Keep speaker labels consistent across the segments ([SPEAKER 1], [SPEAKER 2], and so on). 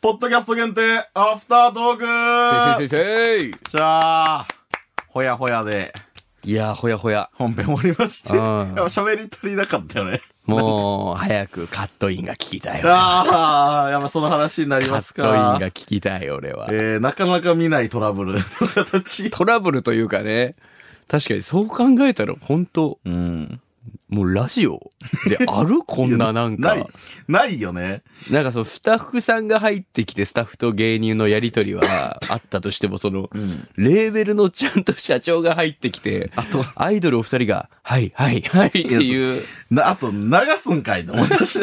[SPEAKER 1] ポッドキャスト限定アフタートーク
[SPEAKER 2] せいせいせいせい
[SPEAKER 1] じゃあ、ほやほやで
[SPEAKER 2] いやーほやほや
[SPEAKER 1] 本編終わりまして、
[SPEAKER 2] うん
[SPEAKER 1] やっぱ喋り足りなかったよね。
[SPEAKER 2] もう早くカットインが聞きたいわ
[SPEAKER 1] ああ、やっぱその話になり
[SPEAKER 2] カ
[SPEAKER 1] ま
[SPEAKER 2] ッ
[SPEAKER 1] す
[SPEAKER 2] トイン
[SPEAKER 1] か。
[SPEAKER 2] が聞きたい俺は
[SPEAKER 1] えー、なかなか見ないトラブルの形。
[SPEAKER 2] トラブルというかね確かにそう考えたら本当
[SPEAKER 1] うん。
[SPEAKER 2] もうラジオで あるこんななん
[SPEAKER 1] ない
[SPEAKER 2] か、
[SPEAKER 1] ないよね。
[SPEAKER 2] なんかそのスタッフさんが入ってきてスタッフと芸人のやりと りはあったとしてもその
[SPEAKER 1] うん。
[SPEAKER 2] レーベルのちゃんと社長が入ってきて
[SPEAKER 1] あと、
[SPEAKER 2] アイドルお二人が「はいはいはい」っていう
[SPEAKER 1] な、あと流すんかいと思った し。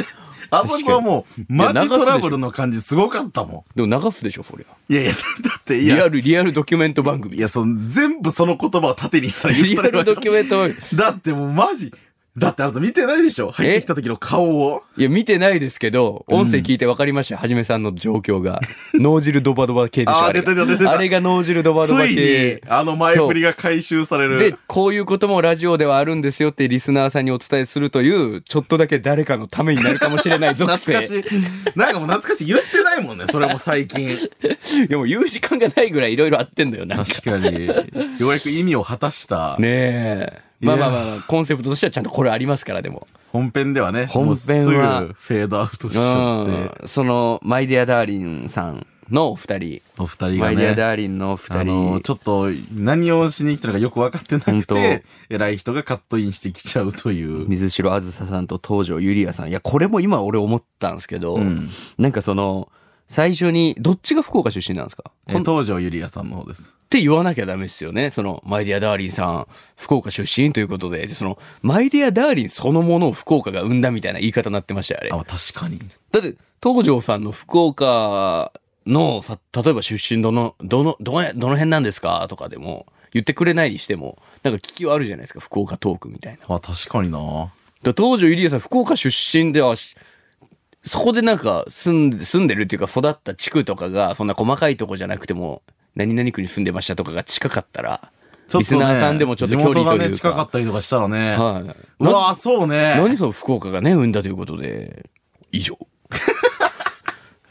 [SPEAKER 1] あそこはもう、マジトラブルの感じすごかったも
[SPEAKER 2] でも流すでしょそりゃ
[SPEAKER 1] ん。いやいや、だって、い
[SPEAKER 2] リ
[SPEAKER 1] や
[SPEAKER 2] ア、ルリアルドキュメント番組
[SPEAKER 1] いや、その、全部その言葉を縦にしたら言
[SPEAKER 2] リ
[SPEAKER 1] っ
[SPEAKER 2] ア
[SPEAKER 1] たら
[SPEAKER 2] ルドキュメント番組
[SPEAKER 1] だってもうマジ。だってあなた見てないでしょ入ってきた時の顔を。
[SPEAKER 2] いや、見てないですけど、音声聞いて分かりました、はじめさんの状況が。脳汁ドバドバ系でしょ。
[SPEAKER 1] あー
[SPEAKER 2] れ
[SPEAKER 1] 出
[SPEAKER 2] が
[SPEAKER 1] てた出てた
[SPEAKER 2] あれが脳汁ドバ
[SPEAKER 1] つ
[SPEAKER 2] ドバ
[SPEAKER 1] いに
[SPEAKER 2] 系。、
[SPEAKER 1] あの前振りが回収される。
[SPEAKER 2] で、こういうこともラジオではあるんですよってリスナーさんにお伝えするという、ちょっとだけ誰かのためになるかもしれない属
[SPEAKER 1] 懐
[SPEAKER 2] 性。
[SPEAKER 1] かしい。なんかもう懐かしい。言ってないもんね、それも最近。
[SPEAKER 2] でも言う時間がないぐらいいろいろあってんだよ、なんか。
[SPEAKER 1] 確かに。ようやく意味を果たした。
[SPEAKER 2] ねえ。
[SPEAKER 1] いや
[SPEAKER 2] まあまあまあまあ、コンセプトとしてはちゃんとこれありますから、でも。
[SPEAKER 1] 本編ではね、
[SPEAKER 2] 本編は
[SPEAKER 1] もうすぐフェードアウトし
[SPEAKER 2] う
[SPEAKER 1] ちゃって
[SPEAKER 2] ん。。その、マイディア・ダーリンさんのお二人。
[SPEAKER 1] お二人
[SPEAKER 2] マ
[SPEAKER 1] が
[SPEAKER 2] イディア・
[SPEAKER 1] ね。
[SPEAKER 2] ダーリンのお二人。
[SPEAKER 1] あの、ちょっと何をしに来たのかよく分かってな
[SPEAKER 2] 本
[SPEAKER 1] く
[SPEAKER 2] 当
[SPEAKER 1] て、偉い人がカットインしてきちゃうという。
[SPEAKER 2] 水城あずささんと東條ゆりやさん。いや、これも今俺思ったんですけど、
[SPEAKER 1] うん。
[SPEAKER 2] なんかその、最初に、どっちが福岡出身なんですか
[SPEAKER 1] え
[SPEAKER 2] こんっ
[SPEAKER 1] 東條ゆりやさんの方です。
[SPEAKER 2] て言わなきゃダメですよね。その、マイディア・ダーリンさん、福岡出身ということで、でその、マイディア・ダーリンそのものを福岡が生んだみたいな言い方になってましたよ、あれ。
[SPEAKER 1] あ、確かに。
[SPEAKER 2] だって、東條さんの福岡の、さ、例えば出身どの、どの、どの、どの辺なんですかとかでも、言ってくれないにしても、なんか聞きはあるじゃないですか、福岡トークみたいな。
[SPEAKER 1] あ、確かにな。
[SPEAKER 2] だ当時入江さん福岡出身ではしそこでなんか住んで住んでるっていうか育った地区とかがそんな細かいとこじゃなくても何々区に住んでましたとかが近かったら、
[SPEAKER 1] ちょっ
[SPEAKER 2] リ
[SPEAKER 1] と
[SPEAKER 2] ス
[SPEAKER 1] ね
[SPEAKER 2] ナーさんでもちょっと距離という
[SPEAKER 1] 地
[SPEAKER 2] か
[SPEAKER 1] 元がね、近かったりとかしたらね。
[SPEAKER 2] はいう
[SPEAKER 1] わそう
[SPEAKER 2] な
[SPEAKER 1] ね。
[SPEAKER 2] 何その福岡がね生んだということで以上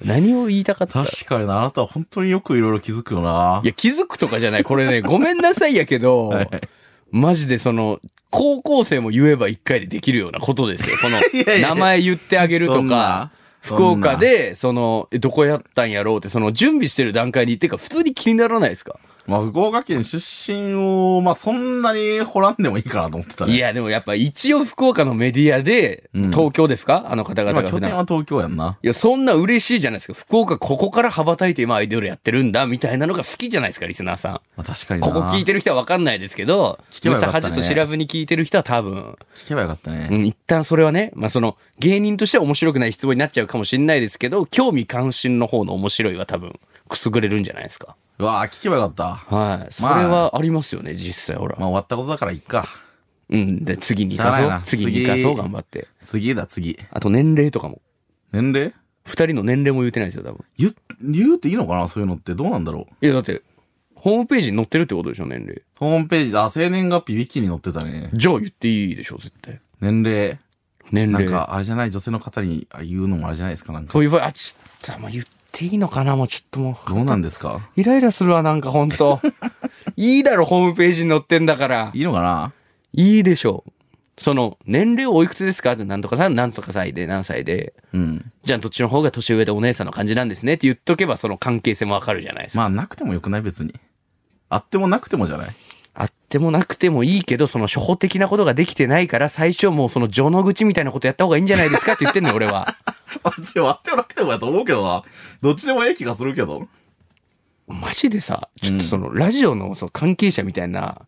[SPEAKER 2] 何を言いたかった。
[SPEAKER 1] 確かにな、あなたは本当によくいろいろ気づくよない
[SPEAKER 2] や気づくとかじゃないこれねごめんなさいやけど、
[SPEAKER 1] はい
[SPEAKER 2] マジでその高校生も言えば一回でできるようなことですよその
[SPEAKER 1] や いや
[SPEAKER 2] 名前言ってあげる
[SPEAKER 1] ど
[SPEAKER 2] と
[SPEAKER 1] ん
[SPEAKER 2] か
[SPEAKER 1] な。
[SPEAKER 2] 福岡で、その、えどこやったんやろうって、その、準備してる段階に、てか、普通に気にならないですか、
[SPEAKER 1] どんな。まあ、福岡県出身を、まあ、そんなに掘らんでもいいかなと思ってたね。
[SPEAKER 2] いや、でもやっぱ、一応福岡のメディアで、
[SPEAKER 1] うん
[SPEAKER 2] 東京ですか、あの方
[SPEAKER 1] ま
[SPEAKER 2] 々
[SPEAKER 1] あ、
[SPEAKER 2] が
[SPEAKER 1] 拠
[SPEAKER 2] 普
[SPEAKER 1] 点
[SPEAKER 2] 段。
[SPEAKER 1] は東京やんな。
[SPEAKER 2] いや、そんな嬉しいじゃないですか。福岡、ここから羽ばたいて今アイドルやってるんだ、みたいなのが好きじゃないですか、リスナーさん。
[SPEAKER 1] まあ、確かにな。
[SPEAKER 2] ここ聞いてる人は分かんないですけど、
[SPEAKER 1] 聞け
[SPEAKER 2] む
[SPEAKER 1] ばよ
[SPEAKER 2] さ
[SPEAKER 1] かった
[SPEAKER 2] は
[SPEAKER 1] ね
[SPEAKER 2] じと知らずに聞いてる人は多分、
[SPEAKER 1] 聞けばよかったね。
[SPEAKER 2] うん、一旦それはね、まあ、その、芸人としては面白くない質問になっちゃうかもしれないですけど、興味関心の方の面白いは多分、くすぐれるんじゃないですか。
[SPEAKER 1] うわあ聞けばよかった。
[SPEAKER 2] はい。それ
[SPEAKER 1] まあ
[SPEAKER 2] はありますよね、実際、ほら。
[SPEAKER 1] まあ、終わったことだからいっか。
[SPEAKER 2] うん。で、次に生か
[SPEAKER 1] しゃ
[SPEAKER 2] そ
[SPEAKER 1] あないうな。
[SPEAKER 2] 次に生かそう、
[SPEAKER 1] 次
[SPEAKER 2] 頑張って。
[SPEAKER 1] 次だ、次。
[SPEAKER 2] あと、年齢とかも。
[SPEAKER 1] 年齢
[SPEAKER 2] 二人の年齢も言ってないですよ、多分。
[SPEAKER 1] 言、言うていいのかなそういうのって。どうなんだろう。
[SPEAKER 2] いや、だって、ホームページに載ってるってことでしょ、年齢。
[SPEAKER 1] ホームページ、あ、生年月日、ウィキに載ってたね。
[SPEAKER 2] じゃあ言っていいでしょ、絶対。
[SPEAKER 1] 年齢。
[SPEAKER 2] 年
[SPEAKER 1] なん
[SPEAKER 2] 齢。
[SPEAKER 1] か、あれじゃない、女性の方にあ言うのもあれじゃないですか、なんか。
[SPEAKER 2] そういう場合、あ、ちょっと、あんま言っていいのかなもうちょっとも
[SPEAKER 1] どうなんですか
[SPEAKER 2] う。イライラするわ、なんかほんと。 いいだろ、ホームページに載ってんだから。
[SPEAKER 1] いいのかない
[SPEAKER 2] いでしょう。その、年齢おいくつですかって、なんとかさん、なんとか歳で、何歳で。
[SPEAKER 1] うん。
[SPEAKER 2] じゃあ、どっちの方が年上でお姉さんの感じなんですねって言っとけば、その関係性もわかるじゃないですか。
[SPEAKER 1] まあ、なくてもよくない、別に。あってもなくてもじゃない
[SPEAKER 2] あってもなくてもいいけど、その初歩的なことができてないから、最初もうその序の口みたいなことやった方がいいんじゃないですかって言ってんのよ、俺は。
[SPEAKER 1] 別にあってもなくてもやと思うけどな。どっちでもええ気がするけど。
[SPEAKER 2] マジでさ、ちょっ
[SPEAKER 1] うん
[SPEAKER 2] とその、ラジオのその関係者みたいな、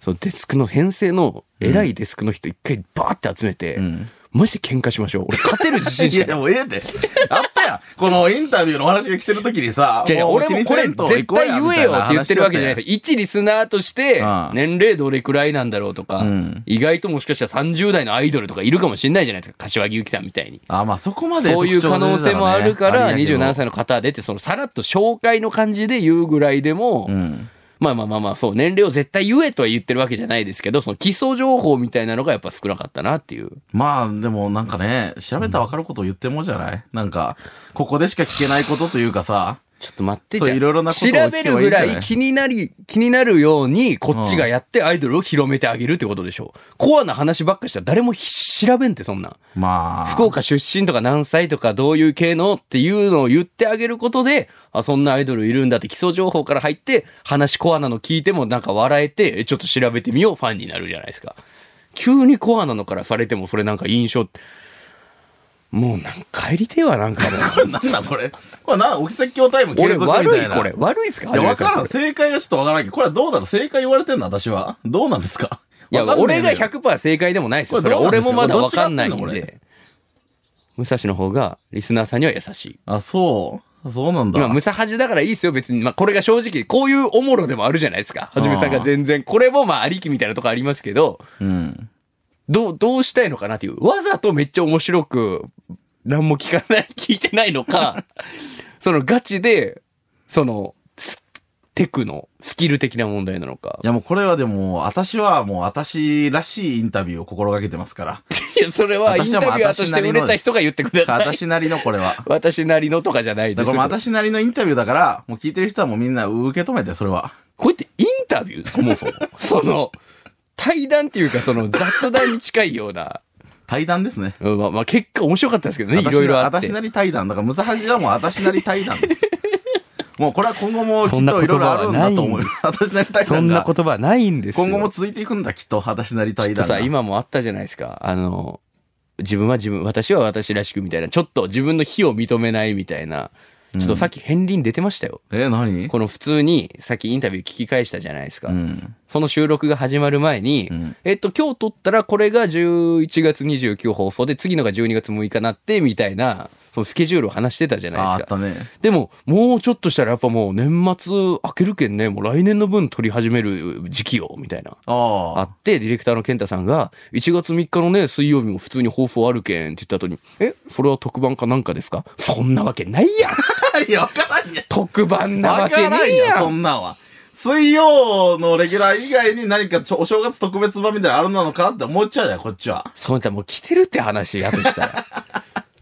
[SPEAKER 2] そのデスクの編成の偉いデスクの人一回バーって集めて、
[SPEAKER 1] ん。
[SPEAKER 2] マジで喧嘩しましょう。俺勝てる自信
[SPEAKER 1] い
[SPEAKER 2] し
[SPEAKER 1] や、
[SPEAKER 2] か
[SPEAKER 1] で
[SPEAKER 2] ない。
[SPEAKER 1] もええって。あったやん。このインタビューのお話が来てる時にさ。
[SPEAKER 2] じゃあ
[SPEAKER 1] う
[SPEAKER 2] 俺もこれ
[SPEAKER 1] 気にせんと
[SPEAKER 2] 絶対言えよって言ってるわけじゃな
[SPEAKER 1] 行こ
[SPEAKER 2] いです一リスナーとして
[SPEAKER 1] ああ
[SPEAKER 2] 年齢どれくらいなんだろうとか、
[SPEAKER 1] うん
[SPEAKER 2] 意外ともしかしたら30代のアイドルとかいるかもしれないじゃないですか柏木由紀さんみたい
[SPEAKER 1] う
[SPEAKER 2] に
[SPEAKER 1] やんあ、まあそこまで
[SPEAKER 2] そういう可能性もあるから、
[SPEAKER 1] 特徴が出てた
[SPEAKER 2] 27
[SPEAKER 1] らね
[SPEAKER 2] 歳の方でって、そのさらっと紹介の感じで言うぐらいでも、
[SPEAKER 1] うん。
[SPEAKER 2] まあまあまあまあ、そう、年齢を絶対言えとは言ってるわけじゃないですけど、その基礎情報みたいなのがやっぱ少なかったなっていう。
[SPEAKER 1] まあでもなんかね調べたら分かることを言ってもじゃないなんかここでしか聞けないことというかさ
[SPEAKER 2] ちょっと待って
[SPEAKER 1] そう
[SPEAKER 2] じゃあ
[SPEAKER 1] いろいろなことを
[SPEAKER 2] 調べる
[SPEAKER 1] 聞けば
[SPEAKER 2] ぐら
[SPEAKER 1] いいんじゃない
[SPEAKER 2] い気になり、気になるように、こっちがやってアイドルを広めてあげるってことでしょう。コアな話ばっかしたら誰もひ調べんってそんなん。
[SPEAKER 1] まあ
[SPEAKER 2] 福岡出身とか何歳とかどういう系のっていうのを言ってあげることで、あ、そんなアイドルいるんだって基礎情報から入って、話コアなの聞いてもなんか笑えて、えちょっと調べてみようファンになるじゃないですか。急にコアなのからされてもそれなんか印象、もうなんか帰りてえわなんか もう
[SPEAKER 1] なんだこれこれなお説教タイム継
[SPEAKER 2] 俺
[SPEAKER 1] 続みたいな
[SPEAKER 2] 悪いこれ。悪いっすか
[SPEAKER 1] いや、わ
[SPEAKER 2] はじめさん
[SPEAKER 1] からん。正解がちょっとわからんけど、これはどうだろう正解言われてんの私は。どうなんですか
[SPEAKER 2] いや、
[SPEAKER 1] わかんな
[SPEAKER 2] 俺が
[SPEAKER 1] んだけど
[SPEAKER 2] 100%正解でもないですよ。
[SPEAKER 1] こ
[SPEAKER 2] そ
[SPEAKER 1] れ
[SPEAKER 2] れ
[SPEAKER 1] ど
[SPEAKER 2] は
[SPEAKER 1] うなんで
[SPEAKER 2] 俺
[SPEAKER 1] すか
[SPEAKER 2] もまだわかんない
[SPEAKER 1] ど
[SPEAKER 2] ん
[SPEAKER 1] っちが合ってん
[SPEAKER 2] で。武蔵の方がリスナーさんには優しい。
[SPEAKER 1] あ、そう。そうなんだ。
[SPEAKER 2] 今、ムサハジだからいいですよ、別に。まあ、これが正直、こういうおもろでもあるじゃないですか。はじめさんが全然。これもまあ、ありきみたいなとこありますけど、
[SPEAKER 1] うん。
[SPEAKER 2] どう、どうしたいのかなっていう。わざとめっちゃ面白く、何も聞かない、聞いてないの か、そのガチで、その、ステクのスキル的な問題なのか
[SPEAKER 1] い。や、もうこれはでも、私はもう私らしいインタビューを心がけてますから。
[SPEAKER 2] いや、それはインタビュアーとして売れた人が言ってください。
[SPEAKER 1] 私なりのこれは。
[SPEAKER 2] 私なりのとかじゃないで
[SPEAKER 1] だ
[SPEAKER 2] す
[SPEAKER 1] からもう
[SPEAKER 2] これ
[SPEAKER 1] 私なりのインタビューだから、もう聞いてる人はもうみんな受け止めて、それは。
[SPEAKER 2] これってインタビューそもそ もその対談っていうかその雑談に近いような、
[SPEAKER 1] 対談ですね。
[SPEAKER 2] うんまあ、まあ結果面白かったですけどね
[SPEAKER 1] 私
[SPEAKER 2] い
[SPEAKER 1] な
[SPEAKER 2] ろいろあって
[SPEAKER 1] 私なり対談。だから、ムサハジはもう私なり対談です。 もうこれは今後もきっと
[SPEAKER 2] そ
[SPEAKER 1] い
[SPEAKER 2] んな
[SPEAKER 1] ろい
[SPEAKER 2] 言葉
[SPEAKER 1] ろあ
[SPEAKER 2] は
[SPEAKER 1] るん
[SPEAKER 2] な
[SPEAKER 1] だ
[SPEAKER 2] いん
[SPEAKER 1] と
[SPEAKER 2] です
[SPEAKER 1] 思います。私なり対
[SPEAKER 2] そ
[SPEAKER 1] 談
[SPEAKER 2] んな
[SPEAKER 1] が
[SPEAKER 2] 言。葉はないんですよ
[SPEAKER 1] 今後も続いていくんだ、きっと。私なり
[SPEAKER 2] ちょ
[SPEAKER 1] 対
[SPEAKER 2] っと
[SPEAKER 1] 談が。
[SPEAKER 2] さ今もあったじゃないですかあの自分は自分私は私らしくみたいなちょっと自分の非を認めないみたいなちょっとさっき片鱗出てましたよ、
[SPEAKER 1] え、何
[SPEAKER 2] この普通にさっきインタビュー聞き返したじゃないですか、
[SPEAKER 1] うん。
[SPEAKER 2] その収録が始まる前に、
[SPEAKER 1] うん
[SPEAKER 2] えっと、今日撮ったらこれが11月29放送で、次のが12月6日なって、みたいな、そのスケジュールを話してたじゃ
[SPEAKER 1] あ
[SPEAKER 2] な
[SPEAKER 1] あ
[SPEAKER 2] い
[SPEAKER 1] っ
[SPEAKER 2] ですか。
[SPEAKER 1] たね。
[SPEAKER 2] でも、もうちょっとしたらやっぱもう年末明けるけんね、もう来年の分撮り始める時期よ、みたいな。
[SPEAKER 1] あ
[SPEAKER 2] あ
[SPEAKER 1] あ。
[SPEAKER 2] って、ディレクターの健太さんが、1月3日のね、水曜日も普通に放送あるけんって言った後に、え、それは特番かなんかですかそんなわけないや ん
[SPEAKER 1] いや、わからんや。
[SPEAKER 2] 特番な
[SPEAKER 1] わ
[SPEAKER 2] わ
[SPEAKER 1] か
[SPEAKER 2] け
[SPEAKER 1] ら
[SPEAKER 2] なんい
[SPEAKER 1] や、
[SPEAKER 2] や
[SPEAKER 1] そ
[SPEAKER 2] ん
[SPEAKER 1] んなんは。水曜のレギュラー以外に何かちょお正月特別版みたいなのあるなのかなって思っちゃうじゃん、こっちは。
[SPEAKER 2] そうだ、もう来てるって話やとした ら。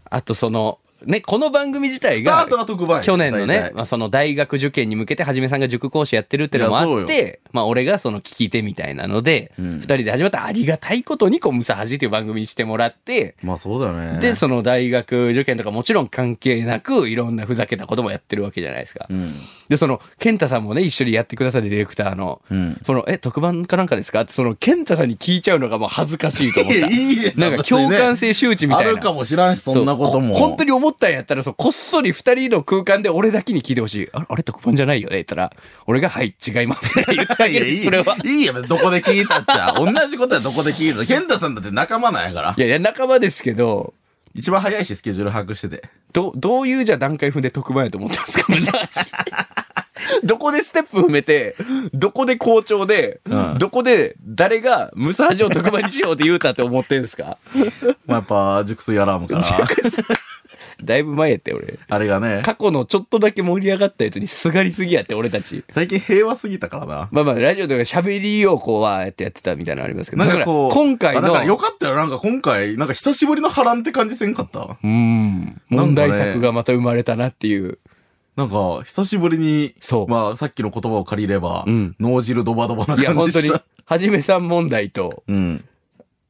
[SPEAKER 2] あとその、ね、この番組自体
[SPEAKER 1] スタ
[SPEAKER 2] が
[SPEAKER 1] ー、トが特番や
[SPEAKER 2] 去年の
[SPEAKER 1] 大
[SPEAKER 2] ね
[SPEAKER 1] 体、
[SPEAKER 2] まあ、その大学受験に向けてはじめさんが塾講師やってるっていうのも
[SPEAKER 1] いや
[SPEAKER 2] あって、まあ俺がその聞き手みたいなので、
[SPEAKER 1] う
[SPEAKER 2] 二、
[SPEAKER 1] ん
[SPEAKER 2] 人で始まったありがたいことにこう、ムサハジっていう番組にしてもらって、
[SPEAKER 1] まあそうだよね。
[SPEAKER 2] で、その大学受験とかもちろん関係なく、いろんなふざけたこともやってるわけじゃないですか。
[SPEAKER 1] うん。
[SPEAKER 2] で、その、健太さんもね、一緒にやってくださって、ディレクターの、
[SPEAKER 1] うん。
[SPEAKER 2] その、え、特番かなんかですかって、その、健太さんに聞いちゃうのがもう恥ずかしいと思った。
[SPEAKER 1] いいですよ
[SPEAKER 2] なんか共感性周知みたい
[SPEAKER 1] あ
[SPEAKER 2] な。
[SPEAKER 1] るかもしらんし、そんなことも。
[SPEAKER 2] そう本当に思ったんやったらそうこっそり2人の空間で俺だけに聞いてほしいああれ特番じゃないよね言ったら俺が「はい違います」って言った
[SPEAKER 1] い
[SPEAKER 2] け
[SPEAKER 1] や、い
[SPEAKER 2] ど
[SPEAKER 1] い。
[SPEAKER 2] それはい
[SPEAKER 1] いよ、別にどこで聞いたっちゃ。同じことはどこで聞いた。健太さんだって仲間なんやから
[SPEAKER 2] い。やいや仲間ですけど
[SPEAKER 1] 一番早いし、スケジュール把握してて。
[SPEAKER 2] どどういうじゃあ段階踏んで特番やと思ったんですか無駄足 どこでステップ踏めてどこで校長で、
[SPEAKER 1] うん
[SPEAKER 2] どこで誰がムサハジを特番にしようって言うたって思ってんですか
[SPEAKER 1] まあ、やっぱ、熟睡アラーム から。
[SPEAKER 2] だいぶ前やって俺
[SPEAKER 1] あれがね。
[SPEAKER 2] 過去のちょっとだけ盛り上がったやつにすがりすぎやって俺たち
[SPEAKER 1] 最近平和すぎたからな。
[SPEAKER 2] まあまあ、ラジオとか喋りをこう、わーってやってたみたいなのありますけど、だから今回
[SPEAKER 1] あだからよ
[SPEAKER 2] の、
[SPEAKER 1] かったよ。なんか今回、なんか久しぶりの波乱って感じせんかった。
[SPEAKER 2] うん、問題作がまた生まれたなっていう。
[SPEAKER 1] なんか、久しぶりに、
[SPEAKER 2] そう
[SPEAKER 1] まあ、さっきの言葉を借りれば、
[SPEAKER 2] うん
[SPEAKER 1] 脳汁ドバドバない
[SPEAKER 2] や、
[SPEAKER 1] 感
[SPEAKER 2] 本
[SPEAKER 1] じ
[SPEAKER 2] 当
[SPEAKER 1] し
[SPEAKER 2] に
[SPEAKER 1] た。、
[SPEAKER 2] はじめさん問題と、
[SPEAKER 1] うん。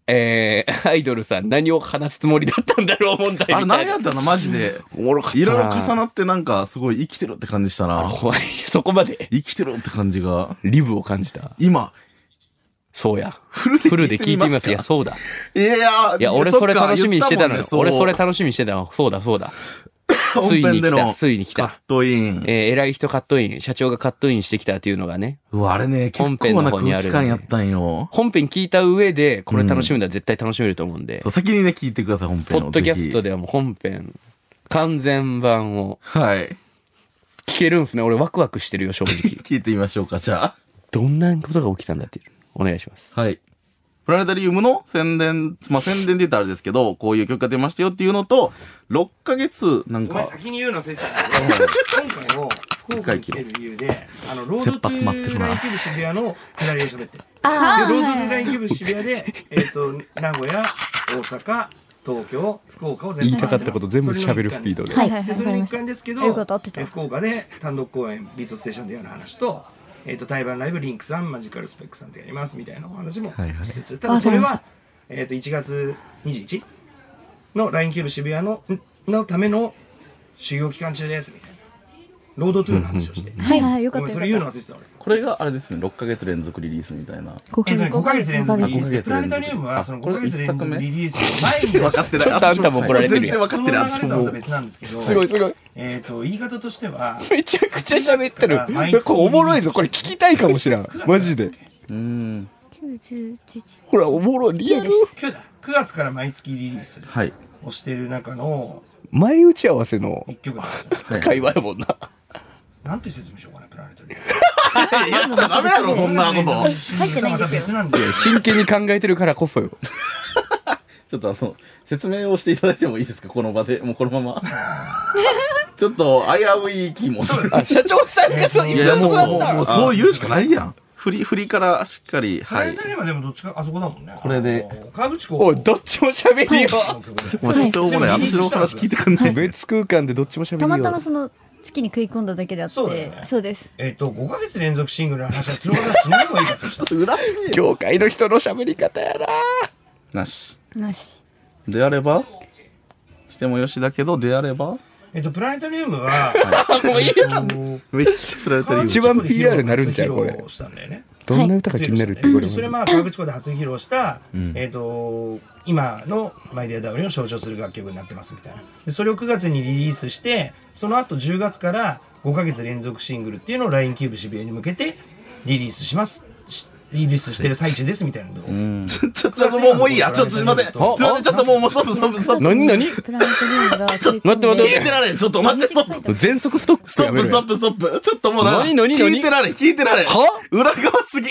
[SPEAKER 2] えー、 アイドルさん何を話すつもりだったんだろう問題み
[SPEAKER 1] あれ
[SPEAKER 2] た
[SPEAKER 1] 何
[SPEAKER 2] い
[SPEAKER 1] や
[SPEAKER 2] な
[SPEAKER 1] っ。たのマジで。
[SPEAKER 2] お もろかった
[SPEAKER 1] いろいろ重
[SPEAKER 2] っ
[SPEAKER 1] なってなんか、すごい生きてるって感じしたな。
[SPEAKER 2] そこまで、
[SPEAKER 1] 生きてるって感じが。
[SPEAKER 2] リブを感じた。
[SPEAKER 1] 今、
[SPEAKER 2] そうや。
[SPEAKER 1] フル
[SPEAKER 2] フルで聞いてみます。いや、
[SPEAKER 1] か
[SPEAKER 2] そうだ。
[SPEAKER 1] いや、
[SPEAKER 2] いや、俺それ楽しみにしてたのよ。俺それ
[SPEAKER 1] つ
[SPEAKER 2] 楽しみにしてたの。そうだ、そうだ。つ
[SPEAKER 1] い
[SPEAKER 2] い
[SPEAKER 1] に
[SPEAKER 2] に
[SPEAKER 1] 来
[SPEAKER 2] 来た、
[SPEAKER 1] た。
[SPEAKER 2] ついに来
[SPEAKER 1] カ
[SPEAKER 2] た
[SPEAKER 1] ッ。トイン。
[SPEAKER 2] えー、偉い人カットイン、社長がカットインしてきたというのがね、
[SPEAKER 1] うわ、あれね、結
[SPEAKER 2] 本編
[SPEAKER 1] 構
[SPEAKER 2] の
[SPEAKER 1] な
[SPEAKER 2] 方にあ
[SPEAKER 1] 空
[SPEAKER 2] る
[SPEAKER 1] 気
[SPEAKER 2] よ
[SPEAKER 1] 感
[SPEAKER 2] ね
[SPEAKER 1] やったんよ。
[SPEAKER 2] 本編聞いた上で、これ楽しむのは絶対楽しめると思うんで、
[SPEAKER 1] そう先にね、聞いてください、本
[SPEAKER 2] ポ
[SPEAKER 1] 編を。
[SPEAKER 2] ッドキャスト
[SPEAKER 1] で。
[SPEAKER 2] ではもう本編、完全版を
[SPEAKER 1] はい。
[SPEAKER 2] 聞けるんですね。俺ワクワクしてるよ、正直。
[SPEAKER 1] 聞いてみましょうか、じゃあ。
[SPEAKER 2] どんなことが起きたんだっていう。お願いします。
[SPEAKER 1] はい。プラネタリウムの宣伝、まあ、宣伝で言ったらあれですけど、こういう曲が出ましたよっていうのと、6ヶ月、なん
[SPEAKER 3] お前
[SPEAKER 1] か、
[SPEAKER 3] 先に言うの先生。今回も福岡に来てる理由で、あの、ロード
[SPEAKER 1] 切羽
[SPEAKER 3] トゥ
[SPEAKER 1] 詰まってる
[SPEAKER 3] ー
[SPEAKER 1] な
[SPEAKER 3] ラインキューブ渋谷の隣で喋ってる。
[SPEAKER 4] あ
[SPEAKER 3] で、ロードトゥーラインキュ
[SPEAKER 4] ー
[SPEAKER 3] ーブ渋谷で、えっと、名古屋、大阪、東京、福岡を全部
[SPEAKER 4] 言いたかった
[SPEAKER 5] こと全部喋るスピードで
[SPEAKER 4] はい
[SPEAKER 3] 回ってますそれの一環ですでそれの一環ですけど、
[SPEAKER 4] わかりましたよかった
[SPEAKER 3] え福岡で単独公演、ビートステーションでやる話と、えっと、台湾ライブ、リンクさん、マジカルスペックさんでやりますみたいなお話も
[SPEAKER 1] はいはい
[SPEAKER 3] しつつ、ただそれは、えっと、1月21の LINE キューブ渋谷ののための修行期間中ですみたいな。ロードトゥーの話をして。
[SPEAKER 4] はいはいよか
[SPEAKER 3] ご
[SPEAKER 4] っ
[SPEAKER 3] めん
[SPEAKER 4] た
[SPEAKER 3] それ言う
[SPEAKER 4] よ
[SPEAKER 3] の
[SPEAKER 4] かっ
[SPEAKER 3] 忘れてた俺。
[SPEAKER 1] これがあれですね、6ヶ月連続リリースみたいな。
[SPEAKER 4] た
[SPEAKER 3] えっとね、5ヶ月連続
[SPEAKER 4] 五
[SPEAKER 3] リ
[SPEAKER 4] ヶ
[SPEAKER 3] リー
[SPEAKER 1] 月連続
[SPEAKER 3] ス。プラネタリウムはその
[SPEAKER 1] あこれ
[SPEAKER 3] 5ヶ月連続
[SPEAKER 1] 一作目
[SPEAKER 3] リリースの前に出した
[SPEAKER 1] てない。
[SPEAKER 2] ちょっとあんたも怒られてるや
[SPEAKER 1] 全然
[SPEAKER 2] ん
[SPEAKER 1] 分かってる。
[SPEAKER 3] そ
[SPEAKER 1] 私
[SPEAKER 3] の流れとは
[SPEAKER 1] も。
[SPEAKER 3] 別なんですけど、
[SPEAKER 2] すごいすごい。
[SPEAKER 3] えっと、言い方としては、
[SPEAKER 5] めちゃくちゃ喋ってる。これおもろいぞ。これ聞きたいかも しらん。マジで。
[SPEAKER 1] うん。
[SPEAKER 5] ほら、おもろい。リアル。
[SPEAKER 3] 今日だ、9月から毎月リリース
[SPEAKER 1] はい。
[SPEAKER 3] をしてる中の
[SPEAKER 5] 前打ち合わせの
[SPEAKER 3] 一曲なんですよ。
[SPEAKER 1] はい。
[SPEAKER 5] 会話やもんな。
[SPEAKER 3] なんて説明しようかな、プラネタリウム。
[SPEAKER 1] やったらダメやろ、こんなこと。
[SPEAKER 3] 入ってないんですよ。
[SPEAKER 2] 真剣に考えてるからこそよ。
[SPEAKER 1] ちょっとあの、説明をしていただいてもいいですか、 この場で。もうこのまま。 ちょっと危うい気もする。
[SPEAKER 5] あ、社長さんがそう、いつも座った。
[SPEAKER 1] うそう言うしかないやん。振り、振りからしっかり、
[SPEAKER 3] プラネタリウムはでもどっちか、あそこだもんね。
[SPEAKER 1] これで
[SPEAKER 3] あの。川口湖
[SPEAKER 5] おい、どっちも喋るよ。
[SPEAKER 1] もう社長もね、私のお話聞いてくんない。
[SPEAKER 5] 別空間でどっちも喋る
[SPEAKER 4] た
[SPEAKER 5] よ。
[SPEAKER 4] またまその月に食い込んだだけであって
[SPEAKER 3] そうだよね
[SPEAKER 4] そうです
[SPEAKER 3] えっと、5ヶ月連続シングルの話はその話しない方がいいです よ。
[SPEAKER 1] 裏切り
[SPEAKER 5] 業界の人の喋り方やな。
[SPEAKER 1] なし。
[SPEAKER 4] なし
[SPEAKER 1] であればしてもよしだけど、であれば
[SPEAKER 3] えっと、プラネタリウムは、
[SPEAKER 5] もういい
[SPEAKER 3] えっと
[SPEAKER 1] めっちゃ振られてる
[SPEAKER 5] 一
[SPEAKER 1] よ。
[SPEAKER 5] 番 PR なるんちゃうこれ
[SPEAKER 3] 初披露したんだよね
[SPEAKER 5] どんな歌が気になるってこれ
[SPEAKER 3] それ
[SPEAKER 5] も。
[SPEAKER 3] まあ河口湖で初披露した、えっ、と今のマイディアダウンを象徴する楽曲になってますみたいなでそれを9月にリリースしてその後10月から5ヶ月連続シングルっていうのを LINE キューブ渋谷に向けてリリースしますしリリースしてる最中ですみたいなのを
[SPEAKER 1] ちょ、ちょ、ちょ、もう、もういいや。ちょ、っとすいません。すいません、ちょっともう、もう、ストップ、ストップ、ストップ。
[SPEAKER 5] 何何
[SPEAKER 4] プラネタリウムが食い込んで
[SPEAKER 5] ちょっと待っ
[SPEAKER 1] 聞いてられん。ちょっと待って、ストップ。
[SPEAKER 5] 全速ストップ
[SPEAKER 1] ストップ、ストップ、ストップ。ちょっともうな。
[SPEAKER 2] 何何何
[SPEAKER 1] 聞いてられん、聞いてられん。
[SPEAKER 2] は
[SPEAKER 1] 裏側すぎ。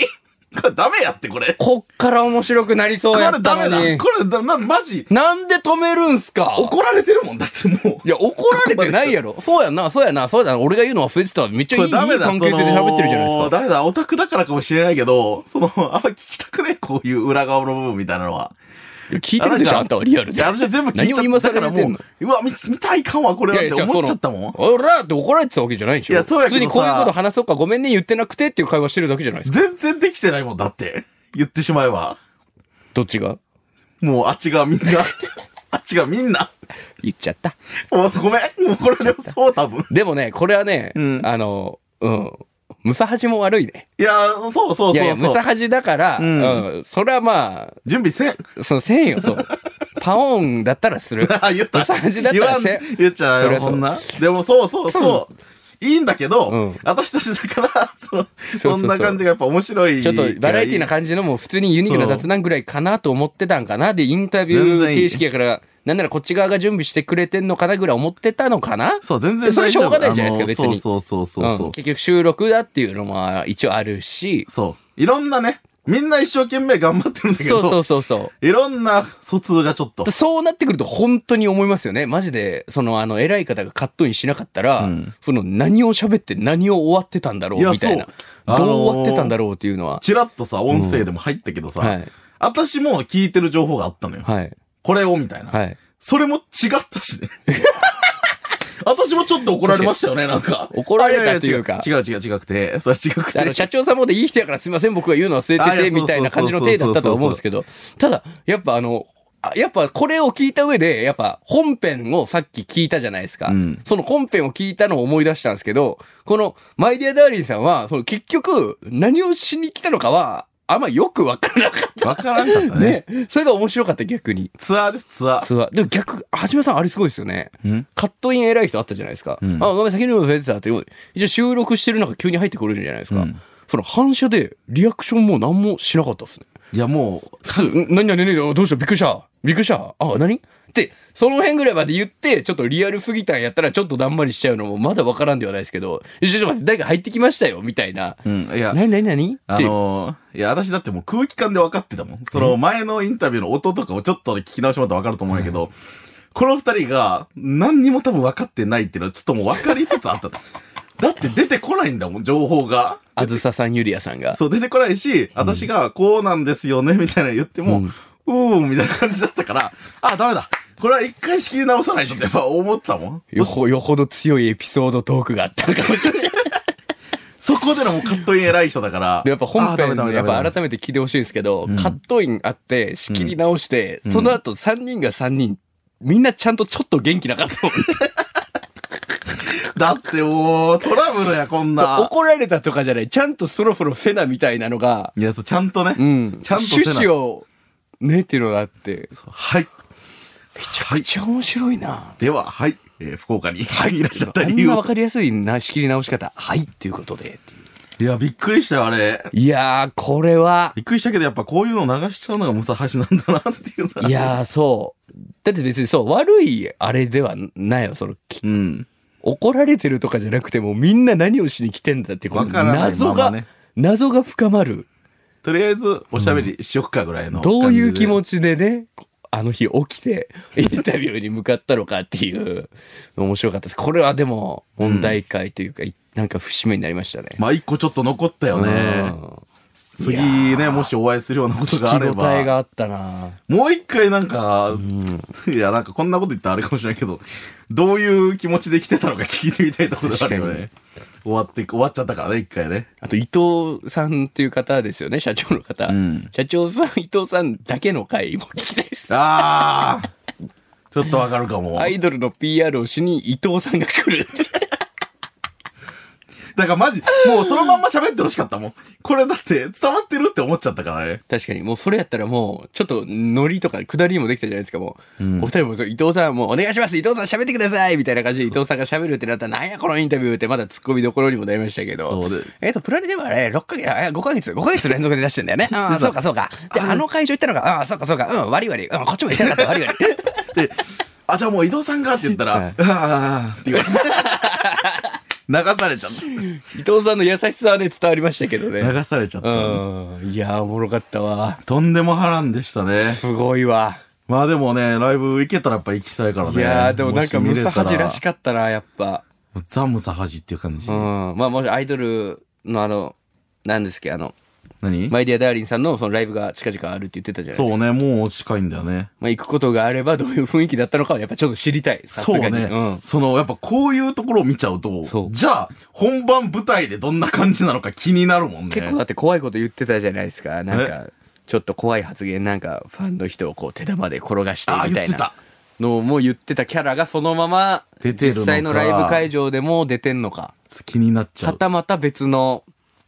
[SPEAKER 1] これダメやって、これ。
[SPEAKER 2] こっから面白くなりそ
[SPEAKER 1] こ
[SPEAKER 2] うや
[SPEAKER 1] れ
[SPEAKER 2] っ
[SPEAKER 1] ダ
[SPEAKER 2] た
[SPEAKER 1] メ
[SPEAKER 2] の
[SPEAKER 1] だ。
[SPEAKER 2] に。
[SPEAKER 1] これ、だな、マジ。
[SPEAKER 2] なんで止めるんすか
[SPEAKER 1] 怒られてるもん。だってもう。
[SPEAKER 2] いや、怒られてない やろ。そうやんな、そうやんな、そうやんな。俺が言うの忘れてたわ。めっちゃいいいい関係性で喋ってるじゃないです
[SPEAKER 1] その
[SPEAKER 2] か。
[SPEAKER 1] ダメだ、オタクだからかもしれないけど、その、あんま聞きたくねえ、こういう裏側の部分みたいなのは。
[SPEAKER 2] いや聞いてるでしょ、あんたはリアル
[SPEAKER 1] い
[SPEAKER 2] で
[SPEAKER 1] や。私は全部聞いちゃった
[SPEAKER 2] 何を今
[SPEAKER 1] だ
[SPEAKER 2] 更
[SPEAKER 1] から
[SPEAKER 2] 言ってん
[SPEAKER 1] も
[SPEAKER 2] の
[SPEAKER 1] う、うわ、見、見たいかんわ、これはって思っちゃったもん。
[SPEAKER 2] おらって怒られてたわけじゃないでしょ。
[SPEAKER 1] いやそうやけどさ
[SPEAKER 2] 普通にこういうこと話そうか、ごめんね、言ってなくてっていう会話してるだけじゃないですか。
[SPEAKER 1] 全然できてないもんだって。言ってしまえば。
[SPEAKER 2] どっちが
[SPEAKER 1] もう、あっちがみんな。 あっちがみんな。
[SPEAKER 2] 言っちゃった。
[SPEAKER 1] もうごめん。もうこれでもそう多分。
[SPEAKER 2] でもね、これはね、
[SPEAKER 1] うん
[SPEAKER 2] あの、うん。ムサハジも悪いね。
[SPEAKER 1] いやー、そうそうそうそう。
[SPEAKER 2] いやいや、ムサハジだから、
[SPEAKER 1] う
[SPEAKER 2] うんん、それはま
[SPEAKER 1] 準備せん。
[SPEAKER 2] あ、その、せんよ、そう。パオンだったらする。
[SPEAKER 1] あ、言った。
[SPEAKER 2] ムサハジだったらせん
[SPEAKER 1] 言わん言っちゃ
[SPEAKER 2] そうり
[SPEAKER 1] よ、
[SPEAKER 2] ゃそう
[SPEAKER 1] こんな。でも、そうそうそう。いいんだけど、
[SPEAKER 2] うん
[SPEAKER 1] 私たちだから、その、
[SPEAKER 2] そうそう
[SPEAKER 1] そんな感じがやっぱ面白い。
[SPEAKER 2] ちょっとバラエティな感じのもう普通にユニークな雑談ぐらいかなと思ってたんかなでインタビュー形式やからなんならこっち側が準備してくれてんのかなぐらい思ってたのかな
[SPEAKER 1] そう、全然大丈夫。
[SPEAKER 2] それしょうがないじゃないですか
[SPEAKER 1] あの
[SPEAKER 2] 別に。
[SPEAKER 1] そうそうそうそうそううん
[SPEAKER 2] 結局収録だっていうのも一応あるし
[SPEAKER 1] そう。いろんなね、みんな一生懸命頑張ってるんだけ
[SPEAKER 2] そ
[SPEAKER 1] ど、
[SPEAKER 2] うそうそうそ
[SPEAKER 1] いろんな疎通がちょっと
[SPEAKER 2] う。そうなってくると本当に思いますよねマジでそのあの偉い方がカットインしなかったら、
[SPEAKER 1] うん
[SPEAKER 2] その何を喋って何を終わってたんだろ
[SPEAKER 1] いや
[SPEAKER 2] うみたいな
[SPEAKER 1] そうあのー
[SPEAKER 2] どう終わってたんだろうっていうのは、
[SPEAKER 1] ちらっとさ、音声でも入ったけどさ、
[SPEAKER 2] はい
[SPEAKER 1] 私も聞いてる情報があったのよ。
[SPEAKER 2] はい
[SPEAKER 1] これをみたいな。
[SPEAKER 2] はい
[SPEAKER 1] それも違ったしね。 私もちょっと怒られましたよね、なんか。
[SPEAKER 2] 怒られたというか
[SPEAKER 1] あやや違う違う違う違くて、それは違くて。
[SPEAKER 2] あの社長さんもでいい人やからすいません僕が言うの忘
[SPEAKER 1] あい
[SPEAKER 2] れ
[SPEAKER 1] や
[SPEAKER 2] ててみたいな感じの体だったとは思うんですけどただやっぱあのあやっぱこれを聞いた上でやっぱ本編をさっき聞いたじゃないですか、
[SPEAKER 1] うん
[SPEAKER 2] その本編を聞いたのを思い出したんですけどこのマイディア・ダーリンさんはその結局何をしに来たのかはあんまよくわからなかっ
[SPEAKER 1] わからんかった
[SPEAKER 2] た
[SPEAKER 1] ね
[SPEAKER 2] ねそれが面白かった逆に
[SPEAKER 1] ツアーです、ツアー。
[SPEAKER 2] そうでも逆はじめさんあれすごいですよね
[SPEAKER 1] うん
[SPEAKER 2] カットイン偉い人あったじゃないですか、
[SPEAKER 1] うん
[SPEAKER 2] あごめん先に忘れてたって一応収録してる中急に入ってくるじゃないですか、その反射でリアクションも何もしなかったですね。
[SPEAKER 1] いや、もう、
[SPEAKER 2] 普通、ん何何何どうしたびっくりしたびっくりしたあ、何って、その辺ぐらいまで言って、ちょっとリアルすぎたんやったらちょっとだんまりしちゃうのもまだわからんではないですけど、いやちょっと待って、誰か入ってきましたよみたいな。
[SPEAKER 1] うん、いや、
[SPEAKER 2] 何何何って、
[SPEAKER 1] あのー、いや、私だってもう空気感で分かってたもん。その前のインタビューの音とかをちょっと聞き直してもらったら分かると思うんやけど、 この二人が何にも多分分かってないっていうのはちょっともう分かりつつあった。だって出てこないんだもん、情報が。
[SPEAKER 2] あずささんゆりやさんが。
[SPEAKER 1] そう、出てこないし、私がこうなんですよね、みたいなの言っても、うーん、みたいな感じだったから、あ、ダメだ。これは一回仕切り直さないとってやっぱ思ったもん。
[SPEAKER 2] よほ、よほど強いエピソードトークがあったのかもしれない。
[SPEAKER 1] そこでのもうカットイン偉い人だから。
[SPEAKER 2] でやっぱ本
[SPEAKER 1] あダメ
[SPEAKER 2] 編
[SPEAKER 1] ダメ
[SPEAKER 2] で
[SPEAKER 1] ダ
[SPEAKER 2] やっ
[SPEAKER 1] メダメ
[SPEAKER 2] ぱ改めて聞いてほしいんですけど、
[SPEAKER 1] ん
[SPEAKER 2] カットインあって仕切り直して、
[SPEAKER 1] うん
[SPEAKER 2] その後3人が3人みんなちゃんとちょっと元気なかったもんね
[SPEAKER 1] だってもう、トラブルや、こんな。
[SPEAKER 2] 怒られたとかじゃないちゃんとそろそろせなみたいなのが、
[SPEAKER 1] いや、そうちゃんとね。
[SPEAKER 2] うん、
[SPEAKER 1] ちゃんとせな
[SPEAKER 2] 趣旨をねっていうのがあって
[SPEAKER 1] はい。
[SPEAKER 2] めちゃくちゃ面白いな、
[SPEAKER 1] では、はい。えー福岡に、はい、いらっしゃった
[SPEAKER 2] あ
[SPEAKER 1] 理
[SPEAKER 2] ん
[SPEAKER 1] 由
[SPEAKER 2] な
[SPEAKER 1] を
[SPEAKER 2] 分。かりやすいな仕切り直し方はいっていうことでってい
[SPEAKER 1] いや、びっくりしたよ、あれ。
[SPEAKER 2] ういやーこれは
[SPEAKER 1] びっくりしたけど、やっぱこういうの流しちゃうのが武蔵なんだなっていうのはい
[SPEAKER 2] やーそうだって別にそう悪いあれではないよそのき
[SPEAKER 1] うん。
[SPEAKER 2] 怒られてるとかじゃなくてもうみんな何をしに来てんだってこ
[SPEAKER 1] わ
[SPEAKER 2] の
[SPEAKER 1] からない
[SPEAKER 2] 謎が、
[SPEAKER 1] ままね
[SPEAKER 2] 謎が深まる
[SPEAKER 1] とりあえず、おしゃべりしよっかぐらいの、
[SPEAKER 2] どういう気持ちでねあの日起きてインタビューに向かったのかっていう面白かったですこれはでも問題解というか、なんか節目になりましたね。
[SPEAKER 1] まあ、一個ちょっと残ったよね。
[SPEAKER 2] うん
[SPEAKER 1] 次
[SPEAKER 2] いや
[SPEAKER 1] ね、
[SPEAKER 2] ー
[SPEAKER 1] もしお会いするようなことがあれ
[SPEAKER 2] 聞き応え
[SPEAKER 1] ば、
[SPEAKER 2] があったな
[SPEAKER 1] もう一回なんか、
[SPEAKER 2] うん
[SPEAKER 1] いや、なんかこんなこと言ったらあれかもしれないけど、どういう気持ちで来てたのか聞いてみたいところがあるよ
[SPEAKER 2] 確かに
[SPEAKER 1] ね。終わって、終わっちゃったからね、一回ね。
[SPEAKER 2] あと伊藤さんっていう方ですよね社長の方、
[SPEAKER 1] ん
[SPEAKER 2] 社長さん伊藤さんだけの回も聞きたいです
[SPEAKER 1] ああ ちょっとわかるかも。
[SPEAKER 2] アイドルの PR をしに伊藤さんが 来るって
[SPEAKER 1] だからマジ、もうそのまんま喋ってほしかったもん。これだって伝わってるって思っちゃったからね。
[SPEAKER 2] 確かにもうそれやったらもうちょっとノリとか下りもできたじゃないですかもう、
[SPEAKER 1] うん
[SPEAKER 2] お二人もそう伊藤さんもうお願いします伊藤さん喋ってくださいみたいな感じで伊藤さんが喋るってなったらなんやこのインタビューってまだツッコミどころにもなりましたけど
[SPEAKER 1] そうで
[SPEAKER 2] えっ、とプラネではね6ヶ月あ5ヶ月5ヶ月連続で出してんだよね ああそうかそうかであの会場行ったのがああそうかそうかうん悪い悪い、うん、こっちも行きたかった悪い悪い
[SPEAKER 1] で、あ、じゃあもう伊藤さんがって言ったら、
[SPEAKER 2] はい
[SPEAKER 1] ああって言われて。 流されちゃった。
[SPEAKER 2] 伊藤さんの優しさはね伝わりましたけどね
[SPEAKER 1] 流されちゃっ
[SPEAKER 2] う
[SPEAKER 1] た。
[SPEAKER 2] んいやーおもろかったわ
[SPEAKER 1] とんでも波乱でしたね。
[SPEAKER 2] すごいわ
[SPEAKER 1] まあでもね、ライブ行けたらやっぱ行きたいから
[SPEAKER 2] い
[SPEAKER 1] ね。
[SPEAKER 2] やーでもなんかムサハジら
[SPEAKER 1] っ
[SPEAKER 2] しかったなやっぱ
[SPEAKER 1] た。ザ・ムサハジっていう感じ
[SPEAKER 2] う。ん、まあもしアイドルのあのなんですっけあの
[SPEAKER 1] 何
[SPEAKER 2] マイディア・ダーリンさんのそのライブが近々あるって言ってたじゃないですか
[SPEAKER 1] そうね、もう近いんだよね。
[SPEAKER 2] まあ、行くことがあればどういう雰囲気だったのかはやっぱちょっと知りたいさす
[SPEAKER 1] そう
[SPEAKER 2] がに
[SPEAKER 1] ね、
[SPEAKER 2] ん、
[SPEAKER 1] そのやっぱこういうところを見ちゃうと
[SPEAKER 2] そう
[SPEAKER 1] じゃあ本番舞台でどんな感じなのか気になるもんね
[SPEAKER 2] 結構だって怖いこと言ってたじゃないですかなんかちょっと怖い発言なんかファンの人をこう手玉で転がして
[SPEAKER 1] ああ
[SPEAKER 2] みた
[SPEAKER 1] 言っ
[SPEAKER 2] い
[SPEAKER 1] て
[SPEAKER 2] な
[SPEAKER 1] た
[SPEAKER 2] のも言ってたキャラがそのまま
[SPEAKER 1] 出てるのか
[SPEAKER 2] 実際のライブ会場でも出てんのか
[SPEAKER 1] 気になっちゃ
[SPEAKER 2] は
[SPEAKER 1] う
[SPEAKER 2] たまた別の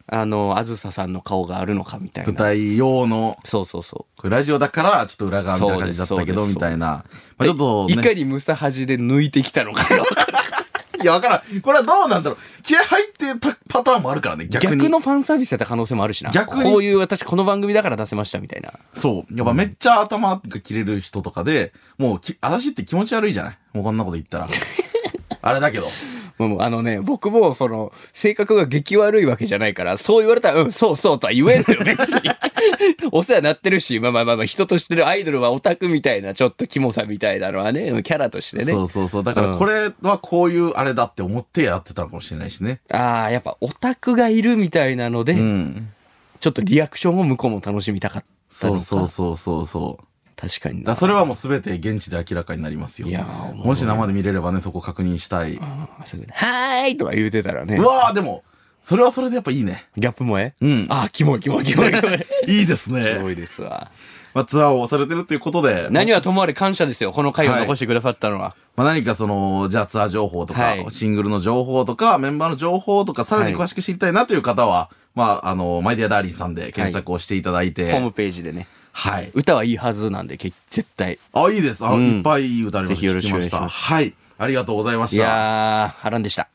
[SPEAKER 2] あのあずささんの顔があるのかみたい
[SPEAKER 1] 舞
[SPEAKER 2] な
[SPEAKER 1] 台用の
[SPEAKER 2] そうそうそう
[SPEAKER 1] これラジオだからちょっと裏側みたいな感じだったけ
[SPEAKER 2] そう
[SPEAKER 1] ど
[SPEAKER 2] です
[SPEAKER 1] みたいな、まあ、ちょっと、ね、
[SPEAKER 2] いかにムサハジで抜いてきたのかよ
[SPEAKER 1] いやわからんこれはどうなんだろう気合入ってたパターンもあるからね逆
[SPEAKER 2] 逆
[SPEAKER 1] に
[SPEAKER 2] のファンサービスやった可能性もあるしな
[SPEAKER 1] 逆に
[SPEAKER 2] こういう私この番組だから出せましたみたいな
[SPEAKER 1] そうやっぱめっちゃ頭が切れる人とかでもうき私って気持ち悪いじゃないもうこんなこと言 ったらあれだけど
[SPEAKER 2] もうもうあのね僕もその性格が激悪いわけじゃないからそう言われたらうんそうそうとは言えんのよ 別にお世話になってるしまあまあまあまあ人としてるアイドルはオタクみたいなちょっとキモさみたいなのはねキャラとしてね
[SPEAKER 1] そうそうそうだからこれはこういうあれだって思ってやってたのかもしれないしね
[SPEAKER 2] ああやっぱオタクがいるみたいなので、
[SPEAKER 1] うん
[SPEAKER 2] ちょっとリアクションを向こうも楽しみたかったの
[SPEAKER 1] そう
[SPEAKER 2] か
[SPEAKER 1] そうそうそうそう
[SPEAKER 2] 確かに
[SPEAKER 1] だから
[SPEAKER 2] な
[SPEAKER 1] それはもう全て現地で明らかになりますよ
[SPEAKER 2] いやーおもろい
[SPEAKER 1] もし生で見れればねそこ確認したい
[SPEAKER 2] あそうだねはーいとか言うてたらね
[SPEAKER 1] うわーでもそれはそれでやっぱいいね
[SPEAKER 2] ギャップ萌え
[SPEAKER 1] うん
[SPEAKER 2] あーキモいキモいキモいキモい
[SPEAKER 1] いい です
[SPEAKER 2] すご
[SPEAKER 1] ね、
[SPEAKER 2] いですわ。
[SPEAKER 1] まあ、ツアーをされてるということで
[SPEAKER 2] 何はともあれ感謝ですよ。この回を
[SPEAKER 1] はい
[SPEAKER 2] 残してくださったのは。
[SPEAKER 1] まあ、何かそのじゃあツアー情報とか、
[SPEAKER 2] はい
[SPEAKER 1] シングルの情報とかメンバーの情報とかさらに詳しく知りたいなという方は、まああのマイディアダーリンさんで検索をしていただいて
[SPEAKER 2] ホームページでね。
[SPEAKER 1] はい
[SPEAKER 2] 歌はいいはずなんで、け絶対。
[SPEAKER 1] あ、いいです。あ、
[SPEAKER 2] うん
[SPEAKER 1] いっぱいいい歌ありました。
[SPEAKER 2] ぜひよろしくお願いします
[SPEAKER 1] 聞きはい。ありがとうございまし
[SPEAKER 2] い
[SPEAKER 1] た。
[SPEAKER 2] やー、波乱でした。